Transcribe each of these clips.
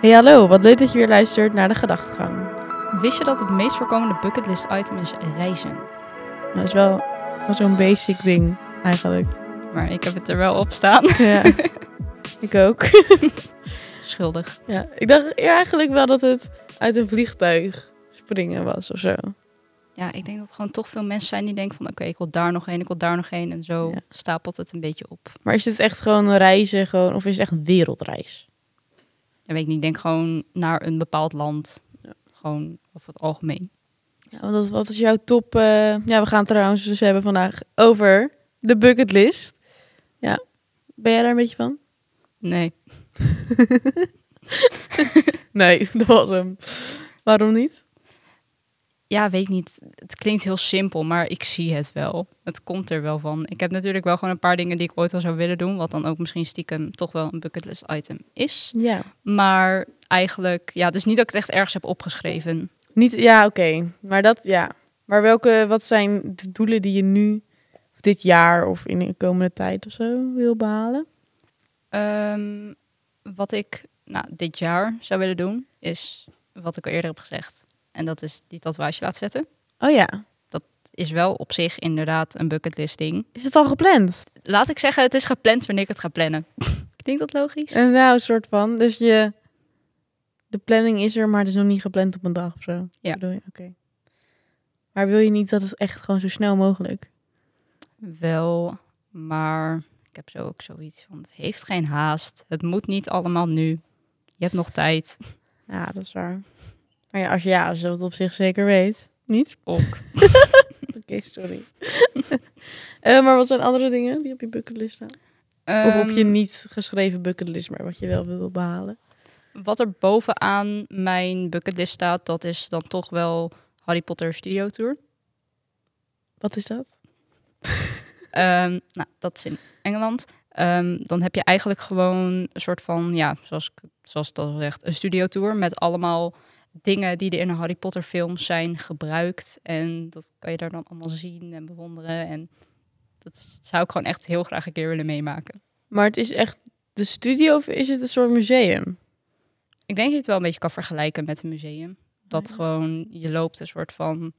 Hey hallo, wat leuk dat je weer luistert naar de gedachtegang. Wist je dat het meest voorkomende bucketlist item is reizen? Dat is wel, wel zo'n basic ding eigenlijk. Maar ik heb het er wel op staan. Ja, ik ook. Schuldig. Ja, ik dacht eer eigenlijk wel dat het uit een vliegtuig springen was of zo. Ja, ik denk dat er gewoon toch veel mensen zijn die denken van... oké, ik wil daar nog heen, ik wil daar nog heen. En zo Ja. stapelt het een beetje op. Maar is dit echt gewoon een reizen gewoon, of is het echt een wereldreis? En weet ik niet, denk gewoon naar een bepaald land. Gewoon over het algemeen. Ja, want dat, wat is jouw top? eh, ja, we gaan het trouwens dus hebben vandaag over de bucketlist. Ja, ben jij daar een beetje van? Nee, Nee, dat was hem. Waarom niet? ja, weet ik niet. Het klinkt heel simpel, maar ik zie het wel. Het komt er wel van. Ik heb natuurlijk wel gewoon een paar dingen die ik ooit al zou willen doen. Wat dan ook misschien stiekem toch wel een bucketlist item is. Ja. Maar eigenlijk, ja, het is niet dat ik het echt ergens heb opgeschreven. Niet, ja, oké. Maar dat, ja. Maar welke, wat zijn de doelen die je nu, of dit jaar of in de komende tijd of zo, wil behalen? Ehm, wat ik nou, dit jaar zou willen doen, is wat ik al eerder heb gezegd. En dat is die tatoeage laten zetten. Oh ja. Is wel op zich inderdaad een bucketlist ding. Is het al gepland? Laat ik zeggen, het is gepland wanneer ik het ga plannen. Klinkt dat logisch? En nou, een soort van. Dus je, de planning is er, maar het is nog niet gepland op een dag of zo. Ja. Bedoel je? Oké. Maar wil je niet dat het echt gewoon zo snel mogelijk? Wel, maar ik heb zo ook zoiets van, het heeft geen haast. Het moet niet allemaal nu. Je hebt nog tijd. Ja, dat is waar. Maar ja, als, ja, als je dat op zich zeker weet. Niet? Ook. Oké, sorry. Eh, maar wat zijn andere dingen die op je bucketlist staan? Of op je Ehm, niet geschreven bucketlist, maar wat je wel wil behalen. Wat er bovenaan mijn bucketlist staat, dat is dan toch wel Harry Potter Studio Tour. Wat is dat? Ehm, nou, dat is in Engeland. Ehm, dan heb je eigenlijk gewoon een soort van, ja, zoals, ik- zoals het al zegt, een studiotour met allemaal dingen die er in een Harry Potter film zijn gebruikt. En dat kan je daar dan allemaal zien en bewonderen. En dat is- zou ik gewoon echt heel graag een keer willen meemaken. Maar het is echt de studio of is het een soort museum? Ik denk dat je het wel een beetje kan vergelijken met een museum. Dat Ja. gewoon, je loopt een soort van,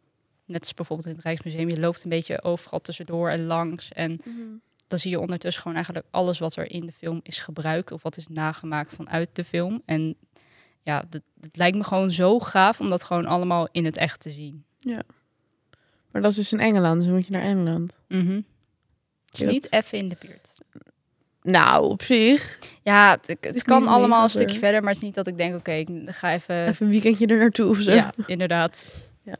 net als bijvoorbeeld in het Rijksmuseum, je loopt een beetje overal tussendoor en langs. En dan zie je ondertussen gewoon eigenlijk alles wat er in de film is gebruikt of wat is nagemaakt vanuit de film. En ja, dat, dat lijkt me gewoon zo gaaf om dat gewoon allemaal in het echt te zien. Maar dat is dus in Engeland, dus dan moet je naar Engeland. Mhm. Het is niet even in de buurt. Nou, op zich. Ja, het, het is kan niet allemaal een mega ver. stukje verder, maar het is niet dat ik denk, oké, ik ga even... Even een weekendje er naartoe of zo. Ja, inderdaad. Ja.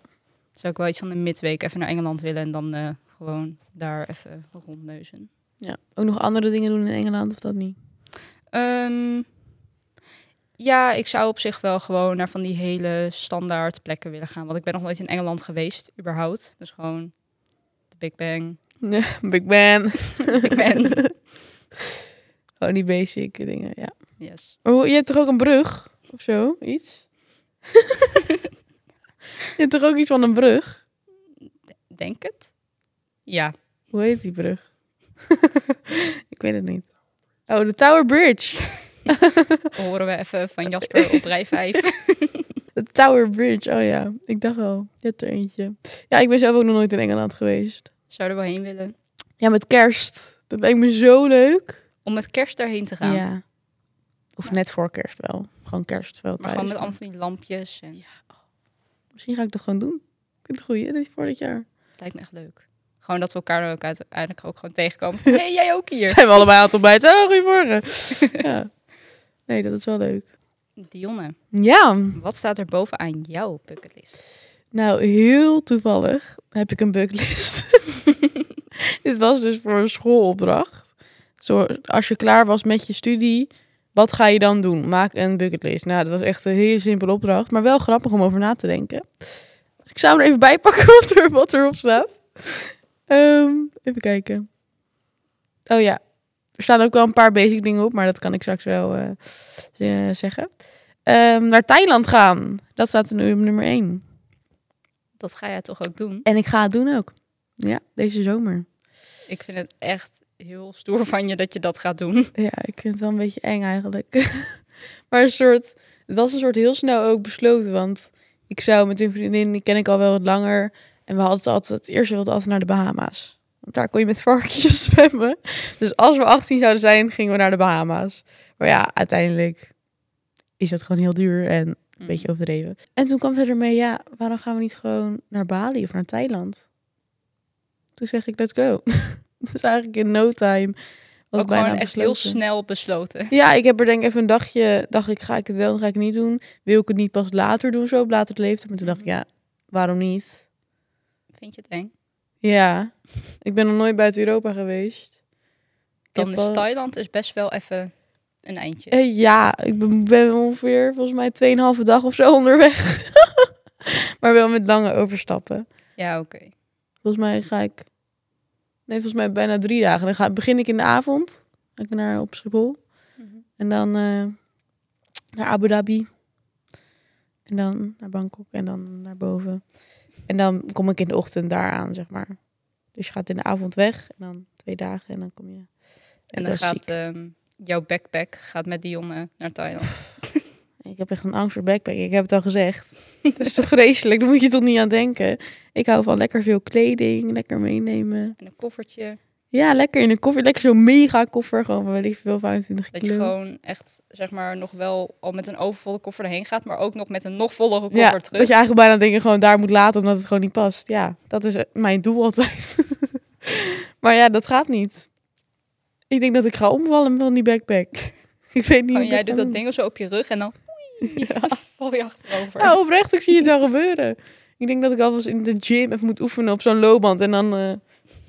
Zou ik wel iets van de midweek even naar Engeland willen en dan eh, gewoon daar even rondneuzen. Ja. Ook nog andere dingen doen in Engeland of dat niet? Ehm, ja, ik zou op zich wel gewoon naar van die hele standaard plekken willen gaan. Want ik ben nog nooit in Engeland geweest, überhaupt. Dus gewoon de Big Bang. Big Ben. Big Ben. Gewoon Oh, die basic dingen, ja. Yes. Maar hoe- je hebt toch ook een brug of zo? Iets? je hebt toch ook iets van een brug? Denk het? Ja. Hoe heet die brug? Ik weet het niet. Oh, de Tower Bridge. Horen we even van Jasper op rij 5. De Tower Bridge, oh ja. Ik dacht al, je hebt er eentje. Ja, ik ben zelf ook nog nooit in Engeland geweest. Zouden we wel heen willen? Ja, met kerst. Dat lijkt me zo leuk. Om met kerst daarheen te gaan. Of net voor kerst wel. Gewoon kerst wel Maar thuis. gewoon met allemaal van die lampjes. En... Misschien ga ik dat gewoon doen. Ik vind het goed, hè, dit voor dit jaar. Lijkt me echt leuk. Gewoon dat we elkaar ook uiteindelijk ook gewoon tegenkomen. Hé, hey, jij ook hier. Zijn we allebei aan het ontbijt? Oh, goedemorgen. ja. Nee, dat is wel leuk. Dionne, Ja, wat staat er bovenaan jouw bucketlist? nou heel toevallig heb ik een bucketlist. dit was dus voor een schoolopdracht. Zo, als je klaar was met je studie, wat ga je dan doen? Maak een bucketlist. Nou, dat was echt een hele simpele opdracht, maar wel grappig om over na te denken. Dus ik zou hem er even bij pakken wat, er, wat erop staat. Ehm, even kijken. Oh ja, er staan ook wel een paar basic dingen op, maar dat kan ik straks wel eh, eh, zeggen. Ehm, naar Thailand gaan, dat staat er nu op nummer 1. Dat ga jij toch ook doen? En ik ga het doen ook. Ja, deze zomer. Ik vind het echt heel stoer van je dat je dat gaat doen. Ja, ik vind het wel een beetje eng eigenlijk. maar een soort Het was een soort heel snel ook besloten, want ik zou met een vriendin, die ken ik al wel wat langer. En we hadden het altijd, het eerste wilde altijd naar de Bahama's. Want daar kon je met varkentjes zwemmen. Dus als we 18 zouden zijn, gingen we naar de Bahama's. Maar ja, uiteindelijk is dat gewoon heel duur en een Mm. beetje overdreven. En toen kwam ze ermee, ja, waarom gaan we niet gewoon naar Bali of naar Thailand? Toen zeg ik, let's go. dus eigenlijk in no time was Ook bijna gewoon echt heel besloten. snel besloten. Ja, ik heb er denk ik even een dagje, dacht ik, ga ik het wel en ga ik het niet doen? Wil ik het niet pas later doen, zo op later leeftijd? Maar toen dacht ik, ja, waarom niet? Vind je het eng? Ja, ik ben nog nooit buiten Europa geweest. Ik Dan heb is al- Thailand is best wel even een eindje. Eh, ja, ik ben, ben ongeveer volgens mij 2,5 dag of zo onderweg. maar wel met lange overstappen. Ja, oké. Volgens mij ga ik, nee, volgens mij bijna drie dagen. Dan ga, begin ik in de avond, ga ik naar op Schiphol. En dan eh, naar Abu Dhabi. En dan naar Bangkok en dan naar boven. En dan kom ik in de ochtend daar aan, zeg maar. Dus je gaat in de avond weg en dan twee dagen en dan kom je. En dat dan is gaat ziek. ehm, jouw backpack gaat met Dionne naar Thailand. Ik heb echt een angst voor backpack. Ik heb het al gezegd. Dat is toch vreselijk? Daar moet je toch niet aan denken. Ik hou van lekker veel kleding, lekker meenemen. En een koffertje. Ja, lekker in een koffer. Lekker zo'n mega koffer. Gewoon van weet ik veel 25 Dat je kilo. gewoon echt, zeg maar, nog wel al met een overvolle koffer erheen gaat, maar ook nog met een nog vollere koffer ja, terug. Dat je eigenlijk bijna dingen gewoon daar moet laten omdat het gewoon niet past. Ja, dat is eh, mijn doel altijd. maar ja, dat gaat niet. Ik denk dat ik ga omvallen van die backpack. ik weet niet. Gewoon, hoe ik Oh, jij ga doet dat doen. ding zo op je rug en dan oei, val je achterover. Nou, oprecht, ik zie het wel gebeuren. Ik denk dat ik alvast in de gym even moet oefenen op zo'n loopband en dan, eh,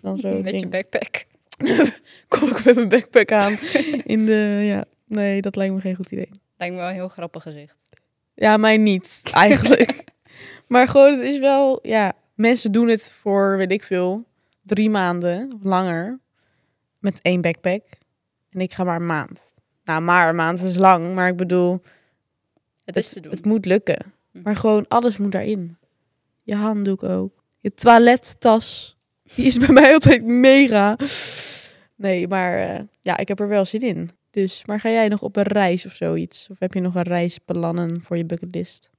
dan zo. met je ding. backpack. Kom ik met mijn backpack aan. in de, ja. Nee, dat lijkt me geen goed idee. Lijkt me wel een heel grappig gezicht. Ja, mij niet, eigenlijk. maar gewoon, het is wel... Ja, mensen doen het voor, weet ik veel, drie maanden of langer. Met één backpack. En ik ga maar een maand. Nou, maar een maand is lang. Maar ik bedoel, Het is te doen. het moet lukken. Hm. Maar gewoon, alles moet daarin. Je handdoek ook. Je toilettas. Die is bij mij altijd mega. Nee, maar eh, ja, ik heb er wel zin in. Dus, maar ga jij nog op een reis of zoiets? Of heb je nog een reisplannen voor je bucketlist?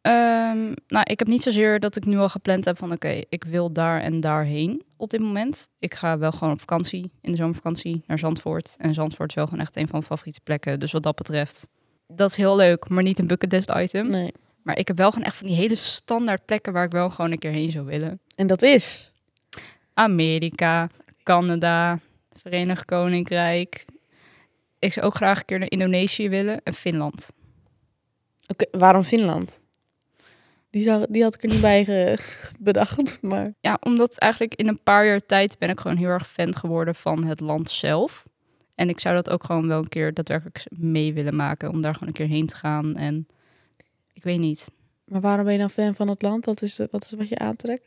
Ehm, nou, ik heb niet zozeer dat ik nu al gepland heb van oké, ik wil daar en daarheen op dit moment. Ik ga wel gewoon op vakantie, in de zomervakantie, naar Zandvoort. En Zandvoort is wel gewoon echt een van mijn favoriete plekken. Dus wat dat betreft, dat is heel leuk, maar niet een bucketlist item. Nee. Maar ik heb wel gewoon echt van die hele standaard plekken waar ik wel gewoon een keer heen zou willen. En dat is? Amerika, Canada, Verenigd Koninkrijk. Ik zou ook graag een keer naar Indonesië willen en Finland. Oké, waarom Finland? Die, zou, die had ik er niet bij ge- bedacht, maar... Ja, omdat eigenlijk in een paar jaar tijd ben ik gewoon heel erg fan geworden van het land zelf. En ik zou dat ook gewoon wel een keer daadwerkelijk mee willen maken. Om daar gewoon een keer heen te gaan. En ik weet niet. Maar waarom ben je dan fan van het land? Dat is, de- wat is wat je aantrekt?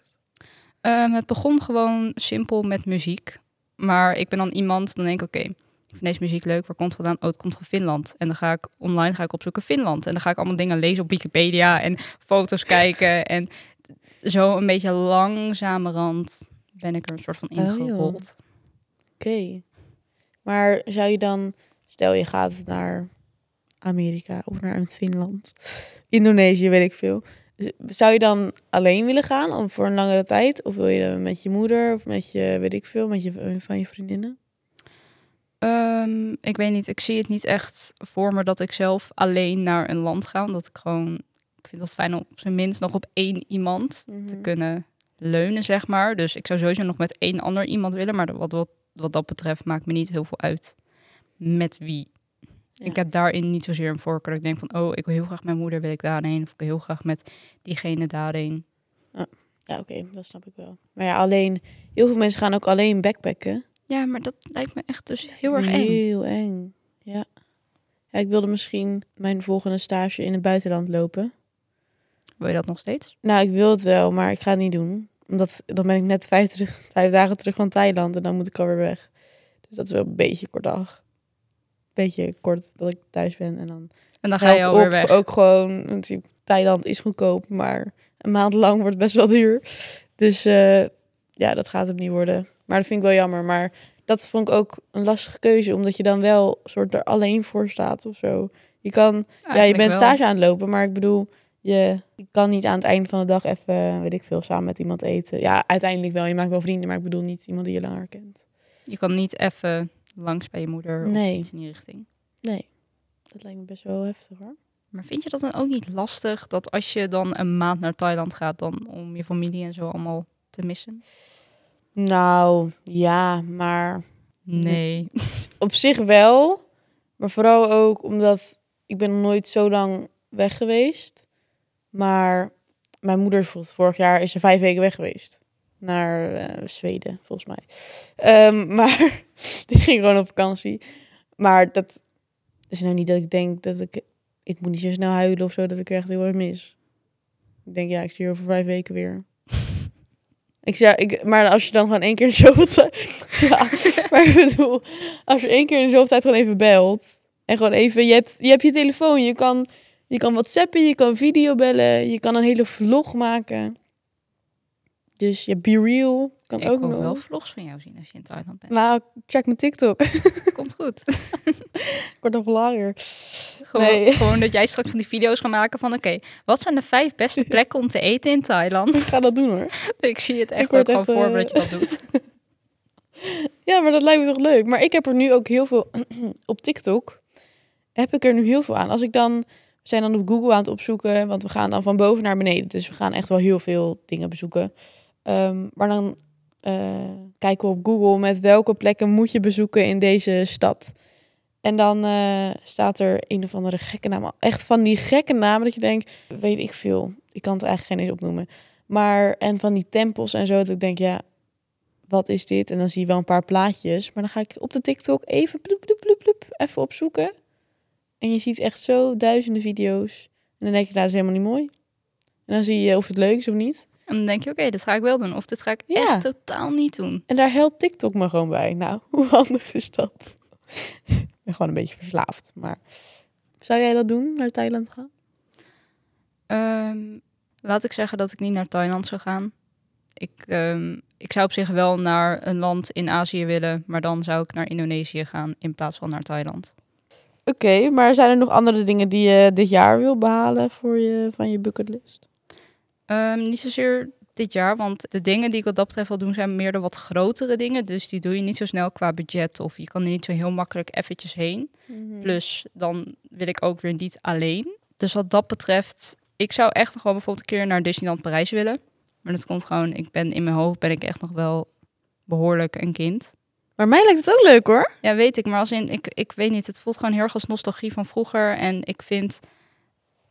Ehm, het begon gewoon simpel met muziek. Maar ik ben dan iemand, dan denk ik, oké, ik vind deze muziek leuk. Waar komt het vandaan? Oh, het komt van Finland. En dan ga ik online ga ik opzoeken Finland. En dan ga ik allemaal dingen lezen op Wikipedia en foto's kijken. En zo een beetje langzamerhand ben ik er een soort van Oh, joh. ingerold. Oké. Maar zou je dan... Stel, je gaat naar Amerika of naar een Finland. Indonesië, weet ik veel. Z- Zou je dan alleen willen gaan om voor een langere tijd? Of wil je dan met je moeder of met je, weet ik veel, met je, van je vriendinnen? Ehm, ik weet niet, ik zie het niet echt voor me dat ik zelf alleen naar een land ga. Omdat ik gewoon, ik vind dat fijn om op zijn minst nog op één iemand te kunnen leunen, zeg maar. Dus ik zou sowieso nog met één ander iemand willen. Maar wat, wat, wat dat betreft maakt me niet heel veel uit met wie. Ja. Ik heb daarin niet zozeer een voorkeur. Ik denk van, oh, ik wil heel graag mijn moeder, wil ik daarheen. Of ik wil heel graag met diegene daarheen. Ja, oké, dat snap ik wel. Maar ja, alleen... Heel veel mensen gaan ook alleen backpacken. Ja, maar dat lijkt me echt dus heel erg eng. Heel eng, ja. ja. Ik wilde misschien mijn volgende stage in het buitenland lopen. Wil je dat nog steeds? Nou, ik wil het wel, maar ik ga het niet doen. Omdat dan ben ik net vijf, terug, vijf dagen terug van Thailand en dan moet ik alweer weg. Dus dat is wel een beetje kort dag. Beetje kort dat ik thuis ben en dan En dan ga je geld alweer op, weg. Ook gewoon, want Thailand is goedkoop, maar een maand lang wordt het best wel duur. Dus eh, ja, dat gaat hem niet worden. Maar dat vind ik wel jammer. Maar dat vond ik ook een lastige keuze, omdat je dan wel soort er alleen voor staat of zo. Je Je kan, ja, je Eigenlijk bent wel. stage aan het lopen, maar ik bedoel, je kan niet aan het eind van de dag even, weet ik veel, samen met iemand eten. Ja, uiteindelijk wel. Je maakt wel vrienden, maar ik bedoel niet iemand die je langer kent. Je kan niet even langs bij je moeder Nee. of iets in die richting. Nee, dat lijkt me best wel heftig hoor. Maar vind je dat dan ook niet lastig dat als je dan een maand naar Thailand gaat, dan om je familie en zo allemaal te missen? Nou, ja, maar Nee. op zich wel. Maar vooral ook omdat ik ben nog nooit zo lang weg geweest. Maar mijn moeder is bijvoorbeeld vorig jaar is ze vijf weken weg geweest. Naar eh, Zweden, volgens mij. Ehm, maar die ging gewoon op vakantie. Maar dat is nou niet dat ik denk dat ik... Ik moet niet zo snel huilen of zo, dat ik er echt heel erg mis. Ik denk, ja, ik zie je over vijf weken weer. Ik zou, ik, maar als je dan gewoon één keer in de zoveel tijd... Ja, maar ik bedoel, als je één keer in de zoveel tijd gewoon even belt... En gewoon even... Je hebt je, hebt je telefoon, je kan, je kan whatsappen, je kan videobellen... Je kan een hele vlog maken. Dus je be real kan ik ook wil nog. wel vlogs van jou zien als je in Thailand bent. Nou, check mijn TikTok. Komt goed. Ik word nog langer. Gewoon, Nee. gewoon dat jij straks van die video's gaat maken van oké, wat zijn de vijf beste plekken om te eten in Ik Thailand? ga dat doen hoor. ik zie het Ik echt word ook gewoon echt, eh, voor me dat je dat doet. Ja, maar dat lijkt me toch leuk. Maar ik heb er nu ook heel veel op TikTok. Heb ik er nu heel veel aan. Als ik dan, we zijn dan op Google aan het opzoeken, want we gaan dan van boven naar beneden. Dus we gaan echt wel heel veel dingen bezoeken. Ehm, maar dan eh, kijken we op Google met welke plekken moet je bezoeken in deze stad. En dan eh, staat er een of andere gekke naam. Echt van die gekke namen dat je denkt, weet ik veel. Ik kan het eigenlijk geen eens opnoemen. Maar en van die tempels en zo, dat ik denk, ja, wat is dit? En dan zie je wel een paar plaatjes. Maar dan ga ik op de TikTok even bloep, bloep, bloep, bloep, even opzoeken. En je ziet echt zo duizenden video's. En dan denk je, nou, dat is helemaal niet mooi. En dan zie je of het leuk is of niet. En dan denk je oké, dat ga ik wel doen. Of dit ga ik Ja. echt totaal niet doen. En daar helpt TikTok me gewoon bij. Nou, hoe handig is dat? ik ben gewoon een beetje verslaafd. Maar zou jij dat doen, naar Thailand gaan? Ehm, laat ik zeggen dat ik niet naar Thailand zou gaan. Ik, ehm, ik zou op zich wel naar een land in Azië willen, maar dan zou ik naar Indonesië gaan in plaats van naar Thailand. Oké, maar zijn er nog andere dingen die je dit jaar wil behalen voor je, van je bucketlist? Ehm, niet zozeer dit jaar, want de dingen die ik wat dat betreft wil doen zijn meer de wat grotere dingen. Dus die doe je niet zo snel qua budget of je kan er niet zo heel makkelijk eventjes heen. Hmm. Mhm. Plus, dan wil ik ook weer niet alleen. Dus wat dat betreft, ik zou echt nog wel bijvoorbeeld een keer naar Disneyland Parijs willen. Maar dat komt gewoon, ik ben in mijn hoofd ben ik echt nog wel behoorlijk een kind. Maar mij lijkt het ook leuk hoor. Ja, weet ik, maar als in, ik, ik weet niet, het voelt gewoon heel erg als nostalgie van vroeger. En ik vind,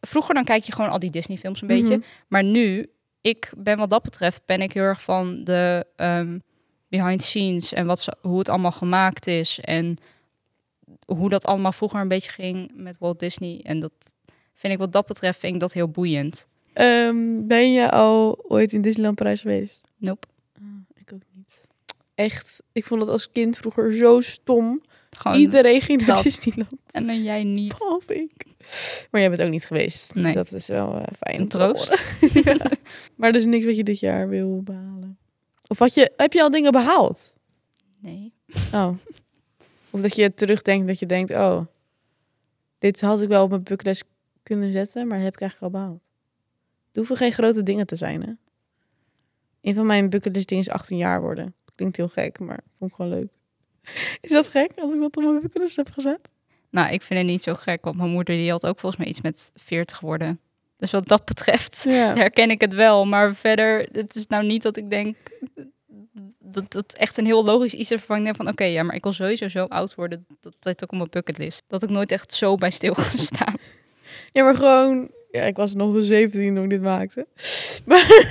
vroeger dan kijk je gewoon al die Disney films een beetje. Maar nu, ik ben wat dat betreft, ben ik heel erg van de ehm, behind scenes en wat ze, hoe het allemaal gemaakt is en hoe dat allemaal vroeger een beetje ging met Walt Disney. En dat vind ik wat dat betreft vind ik dat heel boeiend. Ehm, ben je al ooit in Disneyland Parijs geweest? Nope. ik ook niet. Echt, ik vond het als kind vroeger zo stom. Gewoon, Iedereen ging naar Oh, dat. Disneyland, en dan jij niet. behalve ik. Maar jij bent ook niet geweest. Nee. Dat is wel eh, fijn. Een om te horen. troost. Ja. Maar dus niks wat je dit jaar wil behalen. Of wat je, heb je al dingen behaald? Nee. Oh. Of dat je terugdenkt dat je denkt, oh, dit had ik wel op mijn bucketlist kunnen zetten, maar dat heb ik eigenlijk al behaald. Het hoeven geen grote dingen te zijn, hè? Een van mijn bucketlist dingen is 18 jaar worden. Klinkt heel gek, maar vond ik gewoon leuk. Is dat gek als ik dat op mijn bucketlist heb gezet? Nou, ik vind het niet zo gek, want mijn moeder die had ook volgens mij iets met 40 worden. Dus wat dat betreft Ja. herken ik het wel. Maar verder, het is nou niet dat ik denk dat dat echt een heel logisch iets is waarvan ik denk van... oké, ja, maar ik wil sowieso zo oud worden, dat zit ook op mijn bucketlist. Dat ik nooit echt zo bij stil ga staan. ja, maar gewoon... Ja, ik was nog een 17 toen ik dit maakte. Maar,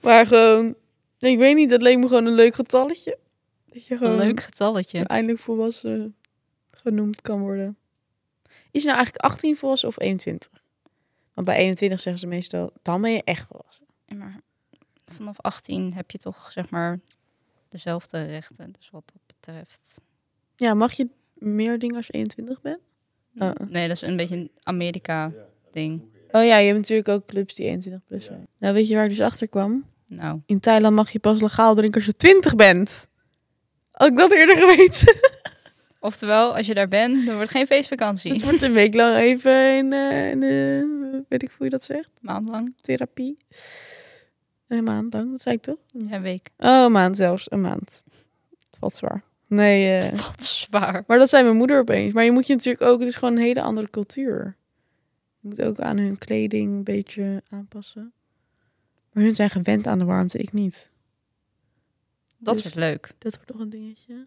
maar gewoon... Ik weet niet, dat leek me gewoon een leuk getalletje. Dat je Een gewoon... leuk getalletje. uiteindelijk volwassen genoemd kan worden. Is je nou eigenlijk 18 volwassen of 21? Want bij 21 zeggen ze meestal, dan ben je echt volwassen. Maar vanaf 18 heb je toch, zeg maar, dezelfde rechten. Dus wat dat betreft... Ja, mag je meer dingen als je 21 bent? Uh-uh. Nee, dat is een beetje een Amerika-ding. Oh ja, je hebt natuurlijk ook clubs die 21 plus zijn. Nou, weet je waar ik dus achter kwam? Nou, In Thailand mag je pas legaal drinken als je 20 bent. Had ik dat eerder geweten. Oftewel, als je daar bent, dan wordt geen feestvakantie. Het wordt een week lang even in, eh, in, eh, weet ik hoe je dat zegt, Maandlang. therapie. Een maand lang, dat zei ik toch? Ja, een week. Oh, een maand zelfs, een maand. Het valt zwaar. Nee, eh, Wat zwaar. maar dat zei mijn moeder opeens. Maar je moet je natuurlijk ook, het is gewoon een hele andere cultuur. Je moet ook aan hun kleding een beetje aanpassen. Maar hun zijn gewend aan de warmte, ik niet. Dat Dus- wordt leuk. Dat wordt nog een dingetje.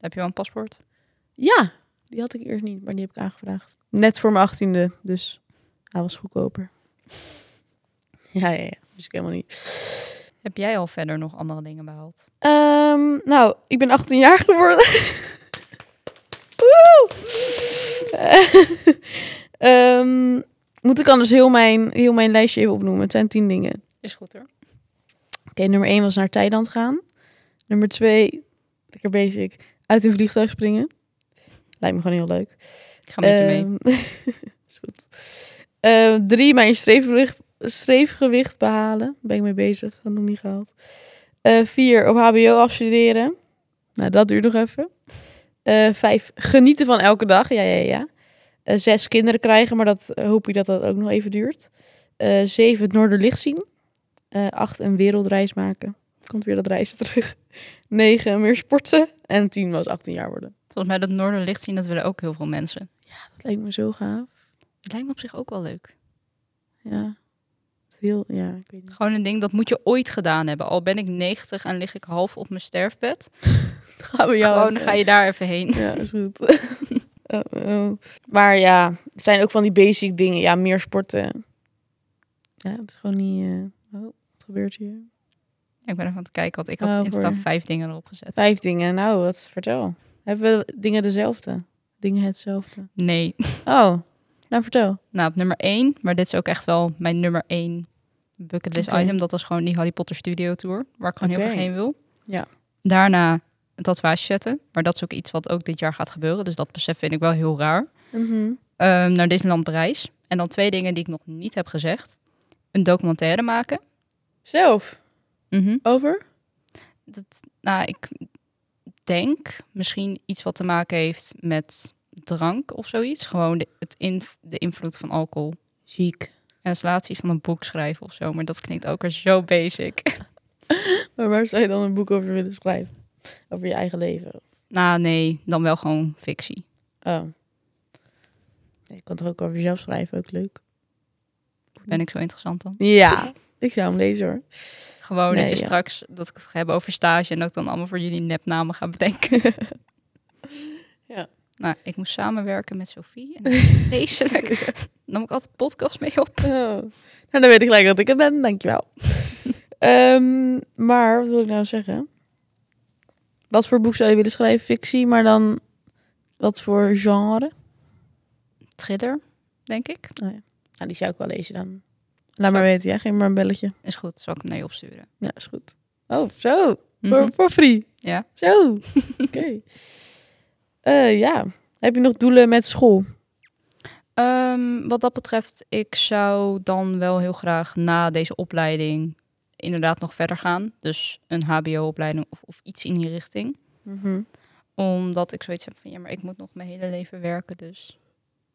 Heb je wel een paspoort? Ja, die had ik eerst niet, maar die heb ik aangevraagd. Net voor mijn achttiende, dus hij was goedkoper. Ja, ja, ja. Dus ik helemaal niet. Heb jij al verder nog andere dingen behaald? Ehm, nou, ik ben 18 jaar geworden. Woe! Ehm, moet ik anders heel mijn, heel mijn lijstje even opnoemen? Het zijn tien dingen. Is goed hoor. Oké, nummer 1 was naar Thailand gaan. Nummer 2, lekker basic, uit een vliegtuig springen. Lijkt me gewoon heel leuk. Ik ga met je mee. Ehm, is goed. Ehm, drie, mijn streefgewicht, streefgewicht behalen. Ben ik mee bezig, heb nog niet gehaald. Eh, vier, op HBO afstuderen. Nou, dat duurt nog even. Eh, vijf, genieten van elke dag. Ja, ja, ja. Eh, zes, kinderen krijgen, maar dat eh, hoop ik dat dat ook nog even duurt. Eh, zeven, het Noorderlicht zien. Eh, acht, een wereldreis maken. Komt weer dat reizen terug. Negen, meer sporten. En tien was 18 jaar worden. Volgens mij dat Noorderlicht zien, dat willen ook heel veel mensen. Dat lijkt me zo gaaf. Het lijkt me op zich ook wel leuk. Ja. Heel, ja, ik weet niet. Gewoon een ding, dat moet je ooit gedaan hebben. Al ben ik 90 en lig ik half op mijn sterfbed. Gaan we Gewoon, dan ga je daar even heen. eh, Ja, is goed. Oh, oh. Maar ja, het zijn ook van die basic dingen. Ja, meer sporten. Ja, het is gewoon niet... eh, Oh, wat gebeurt hier? Ik ben even aan het kijken, want ik had Oh, Insta voor- vijf dingen erop gezet. Vijf dingen. Nou, wat vertel. Hebben we dingen dezelfde? Dingen hetzelfde? Nee. Oh, nou vertel. Nou, op nummer één, maar dit is ook echt wel mijn nummer één bucketlist Oké. item. Dat was gewoon die Harry Potter Studio Tour, waar ik gewoon heel Oké. graag heen wil. Ja. Daarna een tatoeage zetten, maar dat is ook iets wat ook dit jaar gaat gebeuren. Dus dat besef vind ik wel heel raar. Mhm. Ehm, naar Disneyland Parijs. En dan twee dingen die ik nog niet heb gezegd. Een documentaire maken. Zelf. Mhm. Over? Nou, ik denk misschien iets wat te maken heeft met drank of zoiets. Gewoon de, het inv- de invloed van alcohol. Ziek. En relatie van een boek schrijven of zo. Maar dat klinkt ook weer zo basic. Maar waar zou je dan een boek over willen schrijven? Over je eigen leven? nou, nee, dan wel gewoon fictie. Oh. Je kan toch ook over jezelf schrijven, ook leuk. Ben ik zo interessant dan? Ja, ik zou hem lezen hoor. Gewoon Nee, dat je ja. straks dat ik het ga hebben over stage en dat ik dan allemaal voor jullie nepnamen ga bedenken. Ja. Nou, ik moest samenwerken met Sophie en dat is vreselijk. Nam ik altijd podcast mee op. Nou, dan weet ik gelijk dat ik het ben, dankjewel. Ehm maar, wat wil ik nou zeggen? Wat voor boek zou je willen schrijven? Fictie, maar dan wat voor genre? Thriller, denk ik. Nou, die zou ik wel lezen dan. Laat maar weten, ja? Geef me maar een belletje. Is goed, zal ik hem naar je opsturen. Ja, is goed. Oh, zo. Mhm. Voor, voor free. Ja. Zo. Oké. Eh, ja. Heb je nog doelen met school? Ehm, wat dat betreft, ik zou dan wel heel graag na deze opleiding inderdaad nog verder gaan. Dus een hbo-opleiding of, of iets in die richting. Mhm. Omdat ik zoiets heb van, ja, maar ik moet nog mijn hele leven werken, dus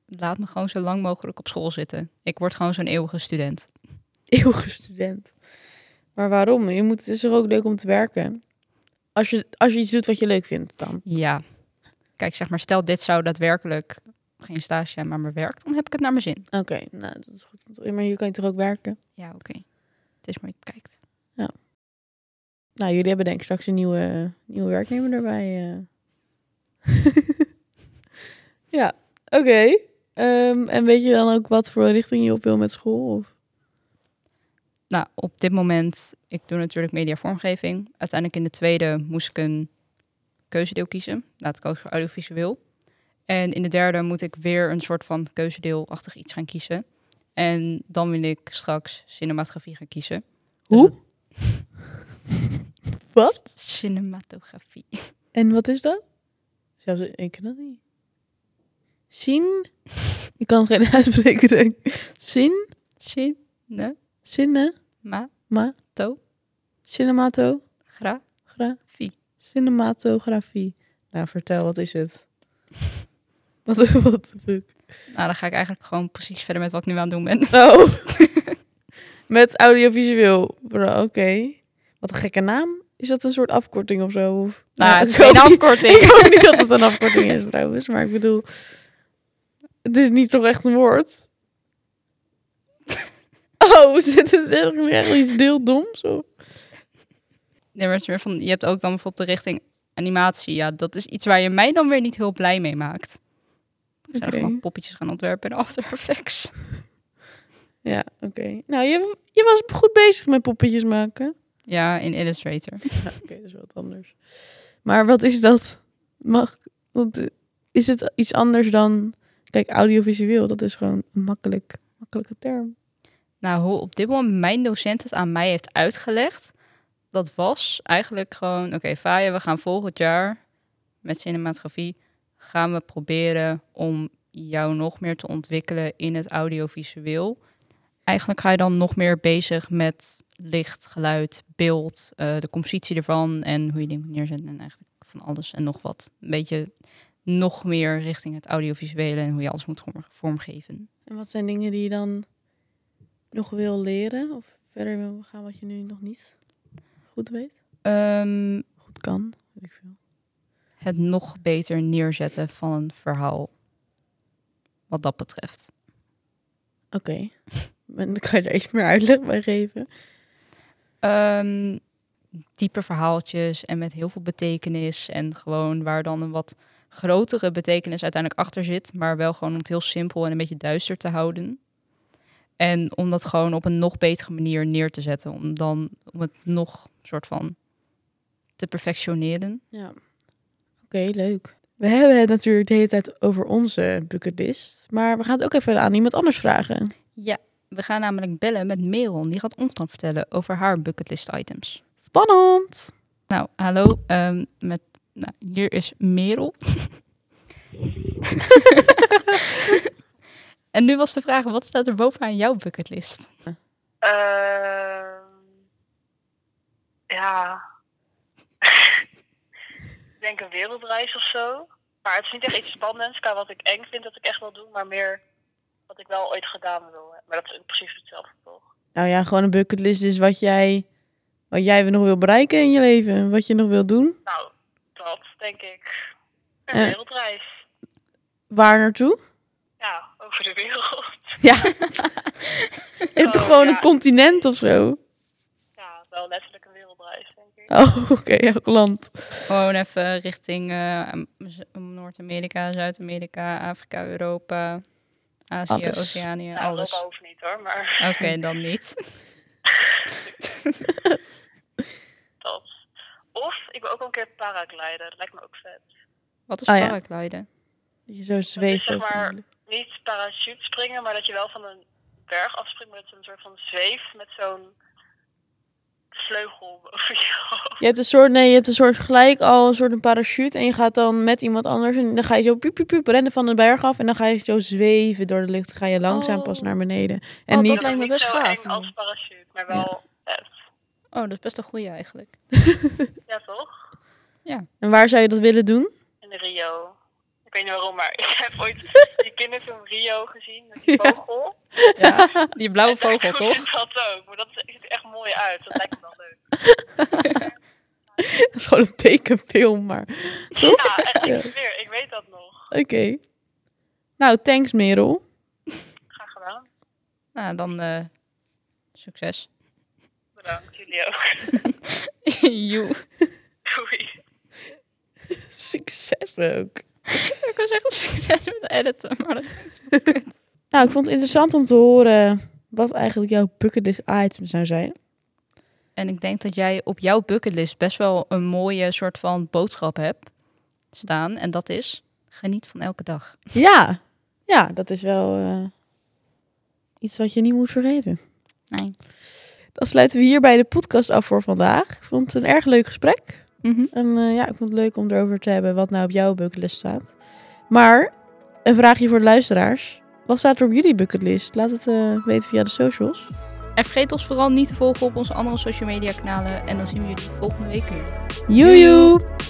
laat me gewoon zo lang mogelijk op school zitten. Ik word gewoon zo'n eeuwige student. eeuwige student. Maar waarom? Je moet, het is toch ook leuk om te werken? Als je, als je iets doet wat je leuk vindt dan. Ja. Kijk, zeg maar, stel dit zou daadwerkelijk geen stage zijn, maar mijn werk, dan heb ik het naar mijn zin. Oké, nou dat is goed. Maar je kan je toch ook werken? Ja, oké. Het is maar je kijkt. Nou, jullie hebben denk ik straks een nieuwe, nieuwe werknemer erbij. eh. ja, oké. Ehm, en weet je dan ook wat voor richting je op wil met school? Of? Nou, op dit moment, ik doe natuurlijk mediavormgeving. Uiteindelijk in de tweede moest ik een keuzedeel kiezen. Nou, ik koos voor audiovisueel. En in de derde moet ik weer een soort van keuzedeelachtig iets gaan kiezen. En dan wil ik straks cinematografie gaan kiezen. Dus Hoe? wat? Cinematografie. En wat is dat? Zelfs, ik ken dat niet. Zin? Ik kan geen uitspreken. denk ik. Zin? Zinnen? Cinematografie. Maar? Cinemato? Gra- cinematografie. Nou, vertel, wat is het? Wat what the fuck? Nou, dan ga ik eigenlijk gewoon precies verder met wat ik nu aan het doen ben. Oh. Met audiovisueel. Bro, oké. Wat een gekke naam. Is dat een soort afkorting of zo? Of... Nou, het is ik geen hoop niet- afkorting. Ik hoop niet dat het een afkorting is trouwens. Maar ik bedoel... Het is niet toch echt een woord? Oh, dit is echt echt iets heel doms. Of... Nee, maar het is meer van, je hebt ook dan bijvoorbeeld de richting animatie. Ja, dat is iets waar je mij dan weer niet heel blij mee maakt. Ik zou Oké. gewoon poppetjes gaan ontwerpen in After Effects. Ja, oké. Nou, je, je was goed bezig met poppetjes maken. Ja, in Illustrator. Ja, oké, dat is wat anders. Maar wat is dat? Mag, want, eh, is het iets anders dan... Kijk, audiovisueel, dat is gewoon een makkelijk, makkelijke term. Nou, hoe op dit moment mijn docent het aan mij heeft uitgelegd, dat was eigenlijk gewoon, oké, Faya, we gaan volgend jaar met cinematografie gaan we proberen om jou nog meer te ontwikkelen in het audiovisueel. Eigenlijk ga je dan nog meer bezig met licht, geluid, beeld, eh, de compositie ervan en hoe je dingen moet neerzetten en eigenlijk van alles en nog wat. Een beetje nog meer richting het audiovisuele en hoe je alles moet vorm- vormgeven. En wat zijn dingen die je dan nog wil leren? Of verder wil gaan wat je nu nog niet goed weet? Ehm, Goed kan, weet ik veel. het nog beter neerzetten van een verhaal. Wat dat betreft. Oké. En Dan kan je er iets meer uitleg bij geven. Ehm, diepe verhaaltjes en met heel veel betekenis. En gewoon waar dan een wat grotere betekenis uiteindelijk achter zit. Maar wel gewoon om het heel simpel en een beetje duister te houden. En om dat gewoon op een nog betere manier neer te zetten. Om, dan, om het nog soort van te perfectioneren. Ja. Oké, leuk. We hebben het natuurlijk de hele tijd over onze bucketlist. Maar we gaan het ook even aan iemand anders vragen. Ja, we gaan namelijk bellen met Merel. Die gaat ons dan vertellen over haar bucketlist items. Spannend! Nou, hallo. ehm, met, nou, hier is Merel. en nu was de vraag, wat staat er bovenaan jouw bucketlist? Ehm, ja. ik denk een wereldreis of zo. Maar het is niet echt iets spannends qua wat ik eng vind dat ik echt wil doen, maar meer wat ik wel ooit gedaan wil. Maar dat is in principe hetzelfde toch? Nou ja, gewoon een bucketlist is wat jij, wat jij nog wil bereiken in je leven. Wat je nog wil doen. Nou, dat denk ik. Een Eh. wereldreis. Waar naartoe? Ja, over de wereld. Ja. Je hebt toch Oh, gewoon ja. een continent of zo? Ja, wel letterlijk een wereldreis, denk ik. Oh, oké, elk land. Gewoon even richting eh, Am- Z- Noord-Amerika, Zuid-Amerika, Afrika, Europa, Azië, Alles. Oceanië, Nou, alles. Oké, Europa hoeft niet hoor, maar dan niet. dat. Of ik wil ook wel een keer paragliden, dat lijkt me ook vet. Wat is Oh ja. paragliden? Dat je zo zweeft zeg over maar- de- niet parachute springen, maar dat je wel van een berg afspringt, maar dat je een soort van zweeft met zo'n vleugel boven je hoofd. Je hebt een soort, nee, je hebt een soort gelijk al een soort een parachute en je gaat dan met iemand anders en dan ga je zo piep piep piep rennen van de berg af en dan ga je zo zweven door de lucht. Dan ga je langzaam Oh. pas naar beneden en Oh, dat niet. lijkt me niet best zo gaaf. eng als parachute, maar wel vet. Oh, dat is best een goeie eigenlijk. Ja, toch? En waar zou je dat willen doen? In Rio. Ik weet niet waarom, maar ik heb ooit die kinderen van Rio gezien, met die vogel. Ja, die blauwe En vogel, ik toch? vind Dat ook, maar dat ziet er echt mooi uit. Dat lijkt me wel leuk. Dat is gewoon een tekenfilm, maar Ja, en Ja. ik zweer, ik weet dat nog. oké. Nou, thanks Merel. Graag gedaan. Nou, dan eh, succes. Bedankt, jullie ook. Joe. Doei. Succes ook. Ik wil zeggen succes met editen, maar dat Nou, ik vond het interessant om te horen wat eigenlijk jouw bucketlist items zou zijn. En ik denk dat jij op jouw bucketlist best wel een mooie soort van boodschap hebt staan. En dat is, geniet van elke dag. Ja, ja, dat is wel eh, iets wat je niet moet vergeten. Nee. Dan sluiten we hierbij de podcast af voor vandaag. Ik vond het een erg leuk gesprek. En eh, ja, ik vond het leuk om erover te hebben wat nou op jouw bucketlist staat. Maar een vraagje voor de luisteraars. Wat staat er op jullie bucketlist? Laat het eh, weten via de socials. En vergeet ons vooral niet te volgen op onze andere social media kanalen. En dan zien we jullie volgende week weer. Joejoe!